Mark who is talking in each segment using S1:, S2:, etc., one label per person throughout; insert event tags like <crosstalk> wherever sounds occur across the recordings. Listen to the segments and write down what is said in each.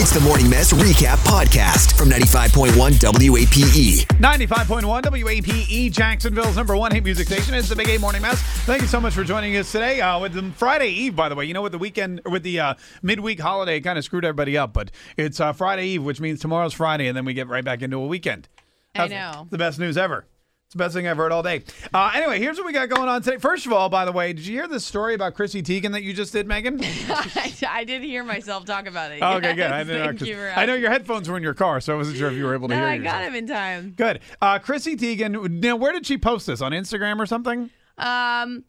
S1: It's the Morning Mess Recap Podcast from 95.1 WAPE.
S2: 95.1 WAPE E, Jacksonville's number one hit music station. It's the Big A Morning Mass. Thank you so much for joining us today. Uh, with the Friday Eve, by the way, you know what the weekend or with the uh, midweek holiday kind of screwed everybody up, but it's uh, Friday Eve, which means tomorrow's Friday, and then we get right back into a weekend.
S3: I know.
S2: The best news ever. It's the best thing I've heard all day. Uh, anyway, here's what we got going on today. First of all, by the way, did you hear this story about Chrissy Teigen that you just did,
S3: <laughs>
S2: Megan?
S3: I, I did hear myself talk about it.
S2: Okay, good.
S3: Yes,
S2: I, didn't know,
S3: thank
S2: 'cause
S3: you for
S2: I know
S3: asking.
S2: your headphones were in your car, so I wasn't sure if you were able to
S3: No,
S2: hear
S3: I
S2: yourself.
S3: got him in time.
S2: Good. Uh, Chrissy Teigen. Now, where did she post this? On Instagram or something?
S3: Um,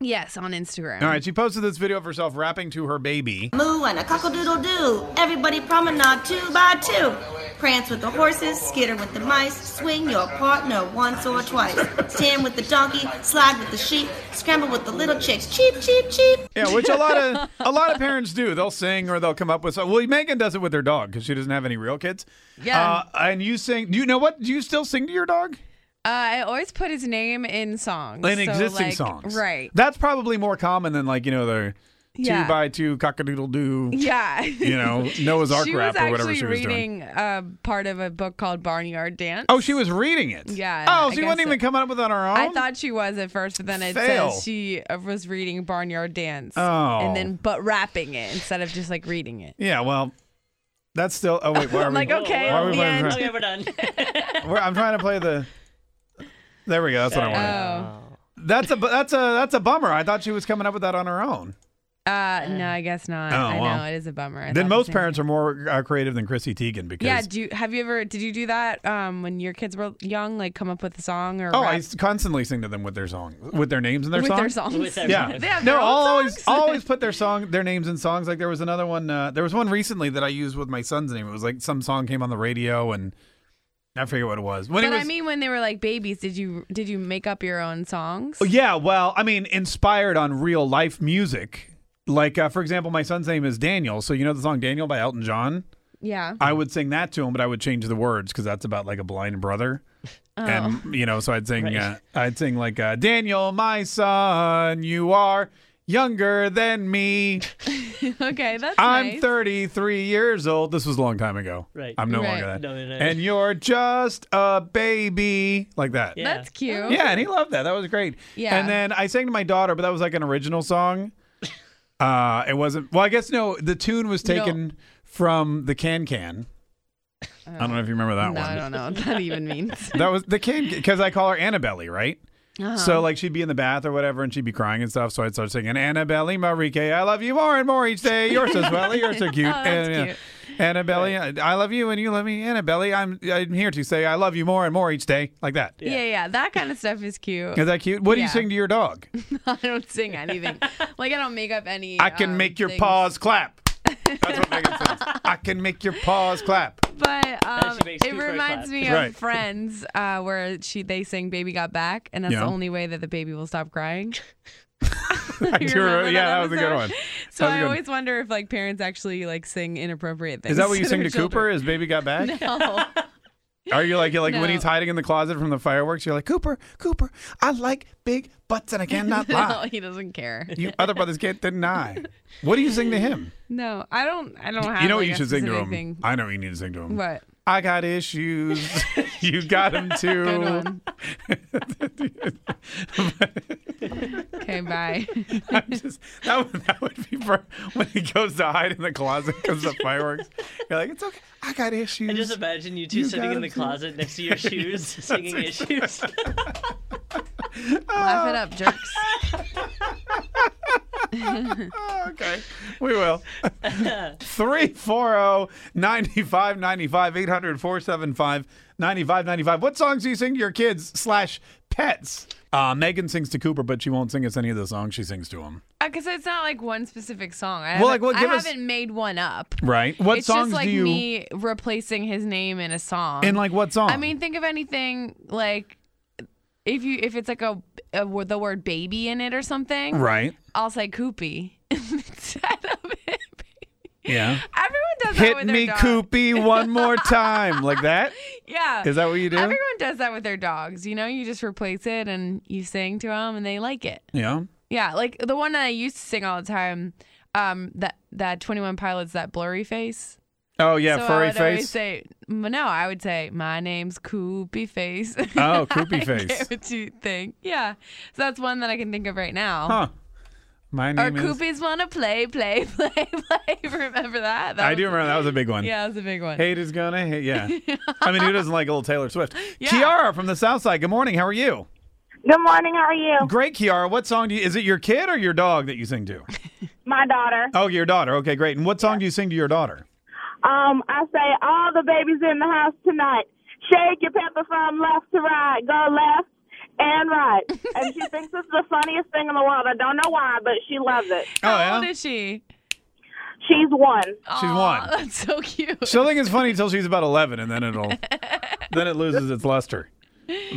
S3: yes, on Instagram.
S2: All right. She posted this video of herself rapping to her baby.
S4: Moo and a cockle-doodle doo. Everybody promenade two by two. Prance with the horses, skitter with the mice, swing your partner once or twice. Stand with the donkey, slide with the sheep, scramble with the little chicks. Cheep, cheep, cheep.
S2: Yeah, which a lot of a lot of parents do. They'll sing or they'll come up with. Some, well, Megan does it with her dog because she doesn't have any real kids.
S3: Yeah.
S2: Uh, and you sing. Do you know what? Do you still sing to your dog?
S3: Uh, I always put his name in songs.
S2: In
S3: so,
S2: existing
S3: like,
S2: songs.
S3: Right.
S2: That's probably more common than like you know the
S3: Yeah.
S2: two by two cockadoodle doo.
S3: <laughs> yeah.
S2: You know Noah's Ark
S3: <laughs> she
S2: rap
S3: was
S2: or whatever
S3: actually
S2: she was doing.
S3: reading uh, part of a book called Barnyard Dance.
S2: Oh, she was reading it.
S3: Yeah,
S2: Oh,
S3: I
S2: she
S3: guess
S2: wasn't even
S3: so.
S2: coming up with it on her own.
S3: I thought she was at first, but then it
S2: Fail.
S3: says she uh, was reading Barnyard Dance.
S2: Oh.
S3: And then, but rapping it instead of just like reading it.
S2: Yeah, well, that's still. Oh wait, why
S3: <laughs>
S2: are we?
S3: Like, okay,
S2: why are we
S3: the
S2: playing-
S3: end.
S5: Okay, we're done.
S2: <laughs> We're- I'm trying to play the. There we go. That's what I wanted.
S3: Oh.
S2: That's a bu- that's a that's a bummer. I thought she was coming up with that on her own.
S3: Uh, no, I guess not.
S2: Oh,
S3: I know.
S2: wow.
S3: It is a bummer. I thought
S2: then
S3: the
S2: most
S3: same
S2: parents are more uh, creative than Chrissy Teigen because.
S3: Yeah, do you, have you ever did you do that um, when your kids were young? Like come up with a song or
S2: oh,
S3: rap
S2: I s- constantly sing to them with their song, with their names and their
S3: with
S2: songs.
S3: their songs.
S2: <laughs>
S5: With their-
S2: Yeah.
S3: They have
S2: no,
S3: their own
S2: I'll always
S3: songs?
S2: I'll always put their song, their names in songs. Like there was another one. Uh, there was one recently that I used with my son's name. It was like some song came on the radio and I forget what it was. When
S3: But
S2: it was,
S3: I mean, when they were like babies, did you did you make up your own songs?
S2: Yeah, well, I mean, inspired on real life music. Like, uh, for example, my son's name is Daniel. So, you know the song Daniel by Elton John?
S3: yeah.
S2: I
S5: Mm-hmm.
S2: would sing that to him, but I would change the words because that's about like a blind brother.
S5: Oh.
S2: And, you know, so I'd sing, uh, I'd sing like, uh, Daniel, my son, you are younger than
S5: <laughs>
S2: me.
S3: <laughs> okay, that's
S2: I'm
S3: nice.
S2: 33 years old. This was a long time ago.
S5: Right.
S2: I'm no
S3: Right.
S2: longer that.
S5: No, no, no.
S2: And you're just a baby. Like that.
S5: Yeah.
S3: That's cute.
S2: Yeah, and he loved that. That was great.
S3: Yeah.
S2: And then I sang to my daughter, but that was like an original song. Uh, it wasn't. Well, I guess no. The tune was
S3: You know-
S2: taken from the Can Can. I don't know if you remember that
S3: Oh. No, I
S2: one.
S3: don't know what that even
S2: <laughs>
S3: means.
S2: That was the Can because I call her Annabelle, right?
S3: Uh-huh.
S2: So like she'd be in the bath or whatever, and she'd be crying and stuff. So I'd start singing Annabelle Marique, I love you more and more each day. You're so swelly, you're
S3: <laughs>
S2: so cute.
S3: Oh, that's
S2: and, yeah,
S3: cute.
S2: Annabelle, I I love you and you love me. Annabelle, I'm I'm here to say I love you more and more each day, like that. Is
S3: Yeah. yeah, that kind of stuff is cute.
S2: that cute? What do you
S3: Yeah.
S2: sing to your dog?
S3: <laughs> I don't
S2: <laughs>
S3: sing anything. like I don't make up any.
S2: I can
S3: um,
S2: make your
S3: things.
S2: paws clap. That's what Megan says. I can make your paws
S3: <laughs>
S2: clap.
S3: But um,
S5: makes
S3: it
S5: two for a
S3: reminds
S5: clap.
S3: me of
S2: Right.
S3: Friends, uh, where she they sing "Baby Got Back," and that's
S2: Yeah.
S3: the only way that the baby will stop
S5: <laughs>
S3: crying.
S2: I do
S3: remember
S2: remember- yeah, that was a good
S3: episode?
S2: one. That was a
S3: So <laughs> I
S2: good one.
S3: always wonder if like parents actually like sing inappropriate things.
S2: Is that what you
S3: their
S2: sing to Cooper?
S3: children.
S2: Is Baby Got Back?
S3: <laughs>
S5: <laughs>
S3: No.
S2: Are you like you're like when
S3: No.
S2: he's hiding in the closet from the fireworks? You're like Cooper, Cooper. I like big butts and I
S3: <laughs>
S2: cannot
S3: no,
S2: lie.
S3: he doesn't care.
S2: You other brothers can't deny. What do you sing to him?
S3: No, I don't. I don't have.
S2: you know what
S3: like,
S2: you
S3: a
S2: should sing to him.
S3: specific Thing.
S2: I know what you need to sing to him.
S3: What?
S2: I got issues.
S3: <laughs>
S2: you got them too.
S3: Good one. <laughs>
S2: <laughs>
S3: okay,
S5: <laughs>
S3: bye.
S2: I'm just, that, would, that would be for when he goes to hide in the closet because of fireworks. You're like, it's okay. I got issues.
S5: I just imagine you two
S2: You
S5: sitting
S2: got
S5: in the
S2: it.
S5: closet next to
S2: <laughs>
S5: your shoes, singing issues.
S3: Laugh it
S5: <laughs>
S3: up, jerks.
S2: Oh, okay. We will. <laughs> oh, 340 9595 800 475 9595. What songs do you sing to your kids slash pets? Uh, Megan sings to Cooper, but she won't sing us any of the songs she sings to him.
S3: Because it's not like one specific song. I
S2: Well,
S3: well,
S2: like,
S3: like,
S2: well, give
S3: I
S2: us-
S3: haven't made one up.
S2: Right. What
S3: it's
S2: songs
S3: just like
S2: do you?
S3: me replacing his name in a song.
S2: in like what song?
S3: I mean, think of anything like if you if it's like a, a wo- the word baby in it or something.
S2: right.
S3: I'll say Koopy <laughs> instead of it. <laughs>
S2: Yeah.
S3: Everyone does that
S2: Hit
S3: with their
S2: me,
S3: dog.
S2: Koopy, one
S3: <laughs>
S2: more time, like that.
S3: Yeah.
S2: Is that what you do?
S3: Everyone does that with their dogs. You know, you just replace it and you sing to them and they like it.
S2: yeah.
S3: Yeah, like the one I used to sing all the time. Um, that that Twenty One Pilots that blurry face.
S2: Oh yeah,
S3: so I
S2: furry
S3: would always
S2: face.
S3: say m- no. I would say my name's Koopy Face. <laughs>
S2: <laughs> Oh, Koopy
S3: I
S2: Face.
S3: get what you think? Yeah, so that's one that I can think of right now.
S2: huh. My
S3: Or
S2: name is.
S3: Koopies wanna play, play, <laughs> play, play. Remember that? that
S2: I
S3: was-
S2: do remember that was a big one.
S3: Yeah, that was a big one.
S2: Hate is gonna hate.
S3: <laughs>
S2: Yeah. I mean, who doesn't like old Taylor Swift?
S3: Yeah.
S2: Kiara from the South Side. Good morning. How are you?
S6: Good morning. How are you?
S2: Great, Kiara. What song do you? Is it your kid or your dog that you sing to?
S6: My daughter.
S2: Oh, your daughter. Okay, great. And what song do you sing to your daughter?
S3: <laughs>
S6: Um, I say all the babies in the house tonight. Shake your pepper from left to right. Go left and right. and she thinks it's the funniest thing in the world. I don't know why, but she loves it.
S3: How
S2: oh yeah.
S3: old is she?
S6: She's one.
S2: She's
S3: Aw,
S2: one.
S3: That's so cute.
S2: She'll think it's
S3: <laughs>
S2: funny until she's about eleven, and then it'll then it loses its luster.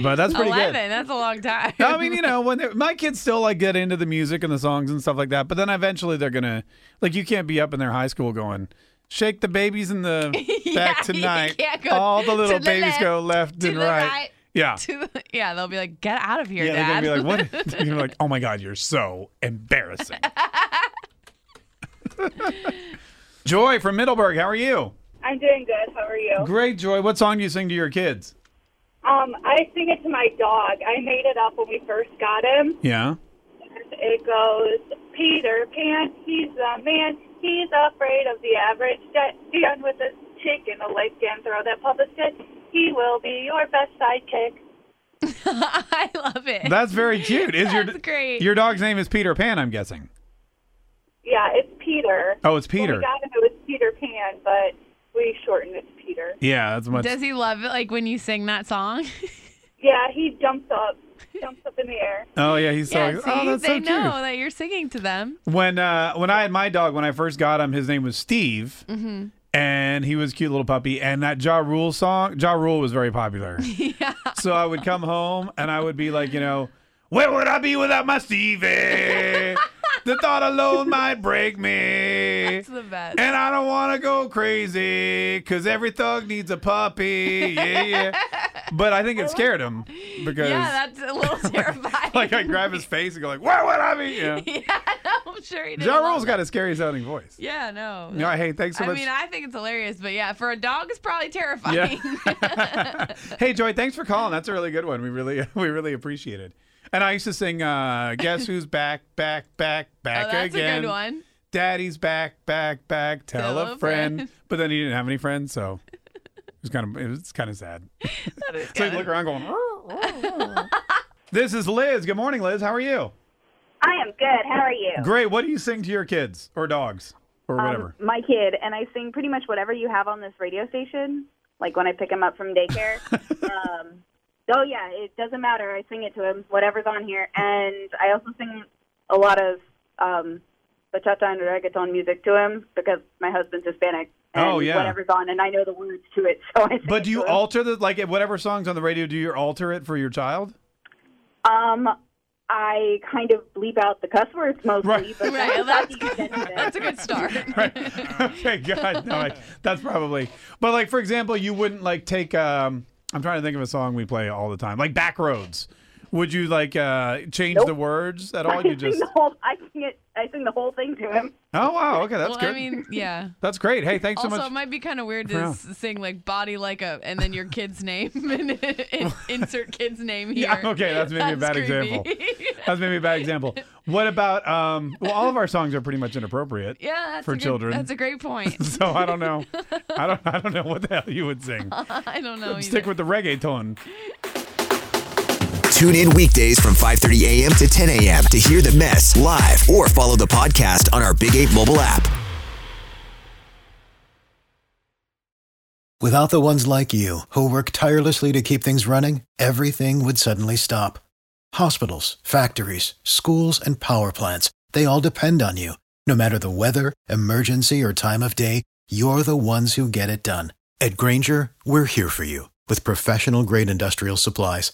S2: But that's pretty
S3: Eleven.
S2: good.
S3: That's a long time.
S2: I mean, you know, when they're- my kids still like get into the music and the songs and stuff like that, but then eventually they're gonna like you can't be up in their high school going. Shake the babies in the
S3: <laughs> Yeah,
S2: back
S3: you
S2: tonight.
S3: can't go
S2: All the
S3: to
S2: little
S3: the
S2: babies
S3: left,
S2: go left
S3: to
S2: and
S3: the
S2: right.
S3: right,
S2: Yeah.
S3: <laughs> To the- yeah, they'll be like, get out of here,
S2: yeah,
S3: Dad.
S2: they're gonna be like, what? You're like, oh my god, you're so embarrassing.
S3: <laughs>
S2: Joy from Middleburg, how are you?
S6: I'm doing good. How are you?
S2: Great, Joy. What song do you sing to your kids?
S6: Um, I sing it to my dog. I made it up when we first got him.
S2: Yeah.
S6: It goes, Peter Pan, he's a man. He's afraid of the average debt. Stand with a chick in a lake and throw that puppet stick. He will be your best sidekick.
S3: <laughs> I love it.
S2: That's very cute. Is your
S3: That's great.
S2: your dog's name is Peter Pan? I'm guessing.
S6: Yeah, it's Peter.
S2: Oh, it's
S6: When
S2: Peter.
S6: we got him, it was Peter Pan, but we shortened it to Peter.
S2: Yeah, that's much.
S3: Does he love it? Like when you sing that song? <laughs>
S6: Yeah, he jumps up, jumps up in the air.
S2: oh yeah, he's so.
S3: yeah, see,
S2: oh, that's
S3: they
S2: so cute.
S3: know that you're singing to them.
S2: When uh, when I had my dog, when I first got him, his name was Steve,
S3: Mm-hmm.
S2: and he was a cute little puppy. And that Ja Rule song, Ja Rule was very popular.
S3: <laughs>
S2: Yeah. So I would come home and I would be like, you know, where would I be without my Stevie? the thought alone might break me.
S3: It's the best.
S2: And I don't want to go crazy because every thug needs a puppy. Yeah, yeah. But I think it scared him because,
S3: <laughs> yeah, that's a little terrifying.
S2: <laughs> like, I grab his face and go like, "What would I be?" Yeah.
S3: <laughs> yeah, no, I'm sure he did.
S2: Ja Rule's got a scary sounding voice.
S3: Yeah, no.
S2: Yeah. Hey, thanks so
S3: I
S2: much.
S3: mean, I think it's hilarious, but yeah, for a dog, it's probably terrifying. <laughs>
S2: <laughs> hey, Joy, thanks for calling. That's a really good one. We really, <laughs> we really appreciate it. And I used to sing, uh, "Guess who's back, back, back, back
S3: oh, that's
S2: again."
S3: a good one.
S2: Daddy's back, back, back. Tell, a friend. But then he didn't have any friends, so it was kind of it was kind of sad.
S3: <laughs>
S2: <laughs> so he'd look around going. "Rrr, rrr, rrr." this is Liz. Good morning, Liz. How are you?
S6: I am good. How are you?
S2: Great. What do you sing to your kids or dogs or
S6: Um,
S2: whatever?
S6: my kid, and I sing pretty much whatever you have on this radio station, like when I pick him up from daycare.
S2: <laughs>
S6: um, so, yeah, it doesn't matter. I sing it to him, whatever's on here. And I also sing a lot of um, bachata and reggaeton music to him because my husband's Hispanic. And
S2: Oh, yeah.
S6: Whatever's on, and I know the words to it, <laughs> so I sing
S2: but
S6: it
S2: do you
S6: to him.
S2: alter the like whatever songs on the radio? Do you alter it for your
S3: <laughs>
S2: child?
S6: Um, I kind of bleep out the cuss words mostly,
S2: Right.
S6: but
S3: Right, well,
S6: that's
S3: that's
S6: not the extent of
S3: That's
S6: it.
S3: a good
S2: <laughs>
S3: start.
S2: okay, God, no, I, that's probably. But like, for example, you wouldn't like take. Um, I'm trying to think of a song we play all the time, like Backroads. Would you like uh, change the words at all? You
S6: <laughs> I sing
S2: just.
S6: the whole. I sing it. I sing the whole thing to him.
S2: Oh wow, okay, that's
S3: well,
S2: good.
S3: I mean, yeah.
S2: that's great. Hey, thanks
S3: also, <laughs>
S2: so much.
S3: it might be kind of weird
S2: For
S3: to
S2: now.
S3: s- sing like "body like a" and then your kid's name <laughs> and
S2: <laughs>
S3: insert kid's name here.
S2: Yeah, okay, that's maybe a bad
S3: creepy. <laughs>
S2: example. That's maybe a bad example. What about? Um, well, all of our songs are pretty much inappropriate.
S3: yeah, that's
S2: For
S3: a good-
S2: children.
S3: That's a great point.
S2: <laughs> So I don't know. I don't. I don't know what the hell you would sing.
S3: <laughs> I don't know.
S2: Stick
S3: either.
S2: with the reggae tone.
S1: Tune in weekdays from 5:30 a.m. to 10 a.m. to hear the mess live or follow the podcast on our Big 8 mobile app.
S7: Without the ones like you, who work tirelessly to keep things running, everything would suddenly stop. Hospitals, factories, schools, and power plants, They all depend on you. No matter the weather, emergency, or time of day, you're the ones who get it done. At Granger, we're here for you with professional grade industrial supplies.